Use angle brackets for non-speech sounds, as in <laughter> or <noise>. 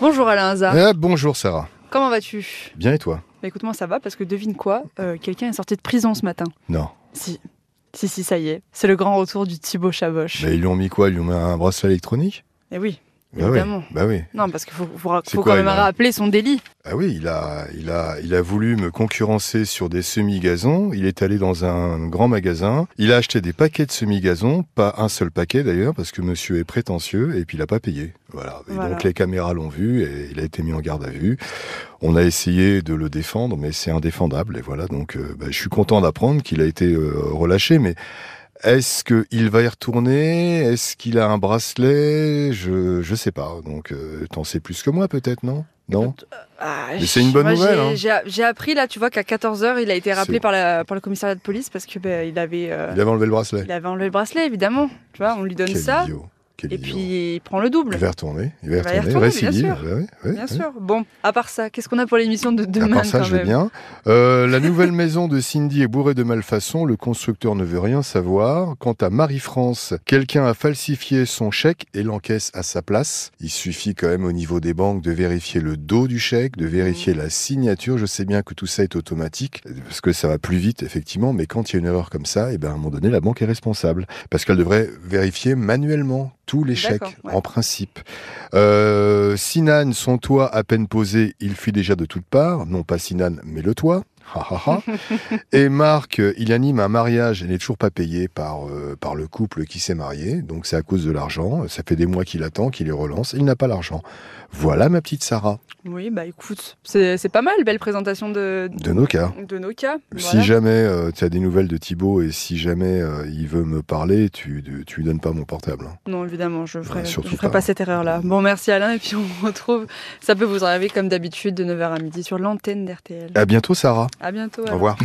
Bonjour Alain Hazard. Ah, bonjour Sarah. Comment vas-tu Bien et toi bah, Écoute, moi ça va parce que devine quoi euh, Quelqu'un est sorti de prison ce matin. Non. Si. Si, si, ça y est. C'est le grand retour du Thibaut Chaboche. Mais ils lui ont mis quoi Ils lui ont mis un bracelet électronique Eh oui. Bah Évidemment. oui. Bah oui. Non, parce qu'il faut, faut ra- C'est faut quoi, quand même il a- rappeler son délit. Ah oui, il a, il a, il a voulu me concurrencer sur des semi-gazons. Il est allé dans un grand magasin. Il a acheté des paquets de semi-gazons, pas un seul paquet d'ailleurs, parce que monsieur est prétentieux et puis il a pas payé. Voilà. Et Voilà. donc les caméras l'ont vu et il a été mis en garde à vue. On a essayé de le défendre, mais c'est indéfendable. Et voilà. Donc, euh, bah, je suis content d'apprendre qu'il a été euh, relâché, mais. Est-ce qu'il va y retourner Est-ce qu'il a un bracelet Je je sais pas. Donc euh, t'en sais plus que moi peut-être, non Non. Ah, Mais c'est une bonne moi, j'ai- nouvelle, hein. J'ai j'ai appris là, tu vois, qu'à 14h, il a été rappelé C'est- par, la, par le commissariat de police parce que bah, il, avait, euh, Il avait enlevé le bracelet. il avait enlevé le bracelet, évidemment. Tu vois, on lui donne Quel ça idiot, quel et idiot. Eh ben, puis il prend le double. il va y retourner, il va y Il va y retourner, retourner, bien récidive. sûr. bah oui, oui, Bien oui. sûr. Bon, à part ça, qu'est-ce qu'on a pour l'émission de demain à part ça, quand je vais même bien. Euh, la nouvelle maison de Cindy est bourrée de malfaçons. Le constructeur ne veut rien savoir. Quant à Marie-France, quelqu'un a falsifié son chèque et l'encaisse à sa place. Il suffit quand même au niveau des banques de vérifier le dos du chèque, de vérifier Mmh. la signature. Je sais bien que tout ça est automatique parce que ça va plus vite effectivement, mais quand il y a une erreur comme ça, et ben à un moment donné, la banque est responsable parce qu'elle devrait vérifier manuellement tous les chèques D'accord, ouais. en principe. Euh, Sinan, son toit à peine posé, il fuit déjà de toutes parts. Non pas Sinan, mais le toit. Ha, ha, <laughs> ha. et Marc, euh, il anime un mariage et n'est toujours pas payé par, euh, par le couple qui s'est marié. Donc c'est à cause de l'argent. Ça fait des mois qu'il attend, qu'il les relance. Il n'a pas l'argent. Voilà ma petite Sarah, Oui, bah écoute, c'est c'est pas mal, belle présentation de, de nos cas. de nos cas. Si Voilà. jamais euh, tu as des nouvelles de Thibaut et si jamais euh, il veut me parler, tu tu lui donnes pas mon portable. hein. Non, évidemment, je ne ferai, Ouais, surtout je ferai pas. pas. cette erreur-là. Bon, merci Alain, et puis on <laughs> vous retrouve. Ça peut vous arriver comme d'habitude de 9h à midi sur l'antenne d'RTL. À bientôt Sarah. À bientôt. Au Alain. revoir.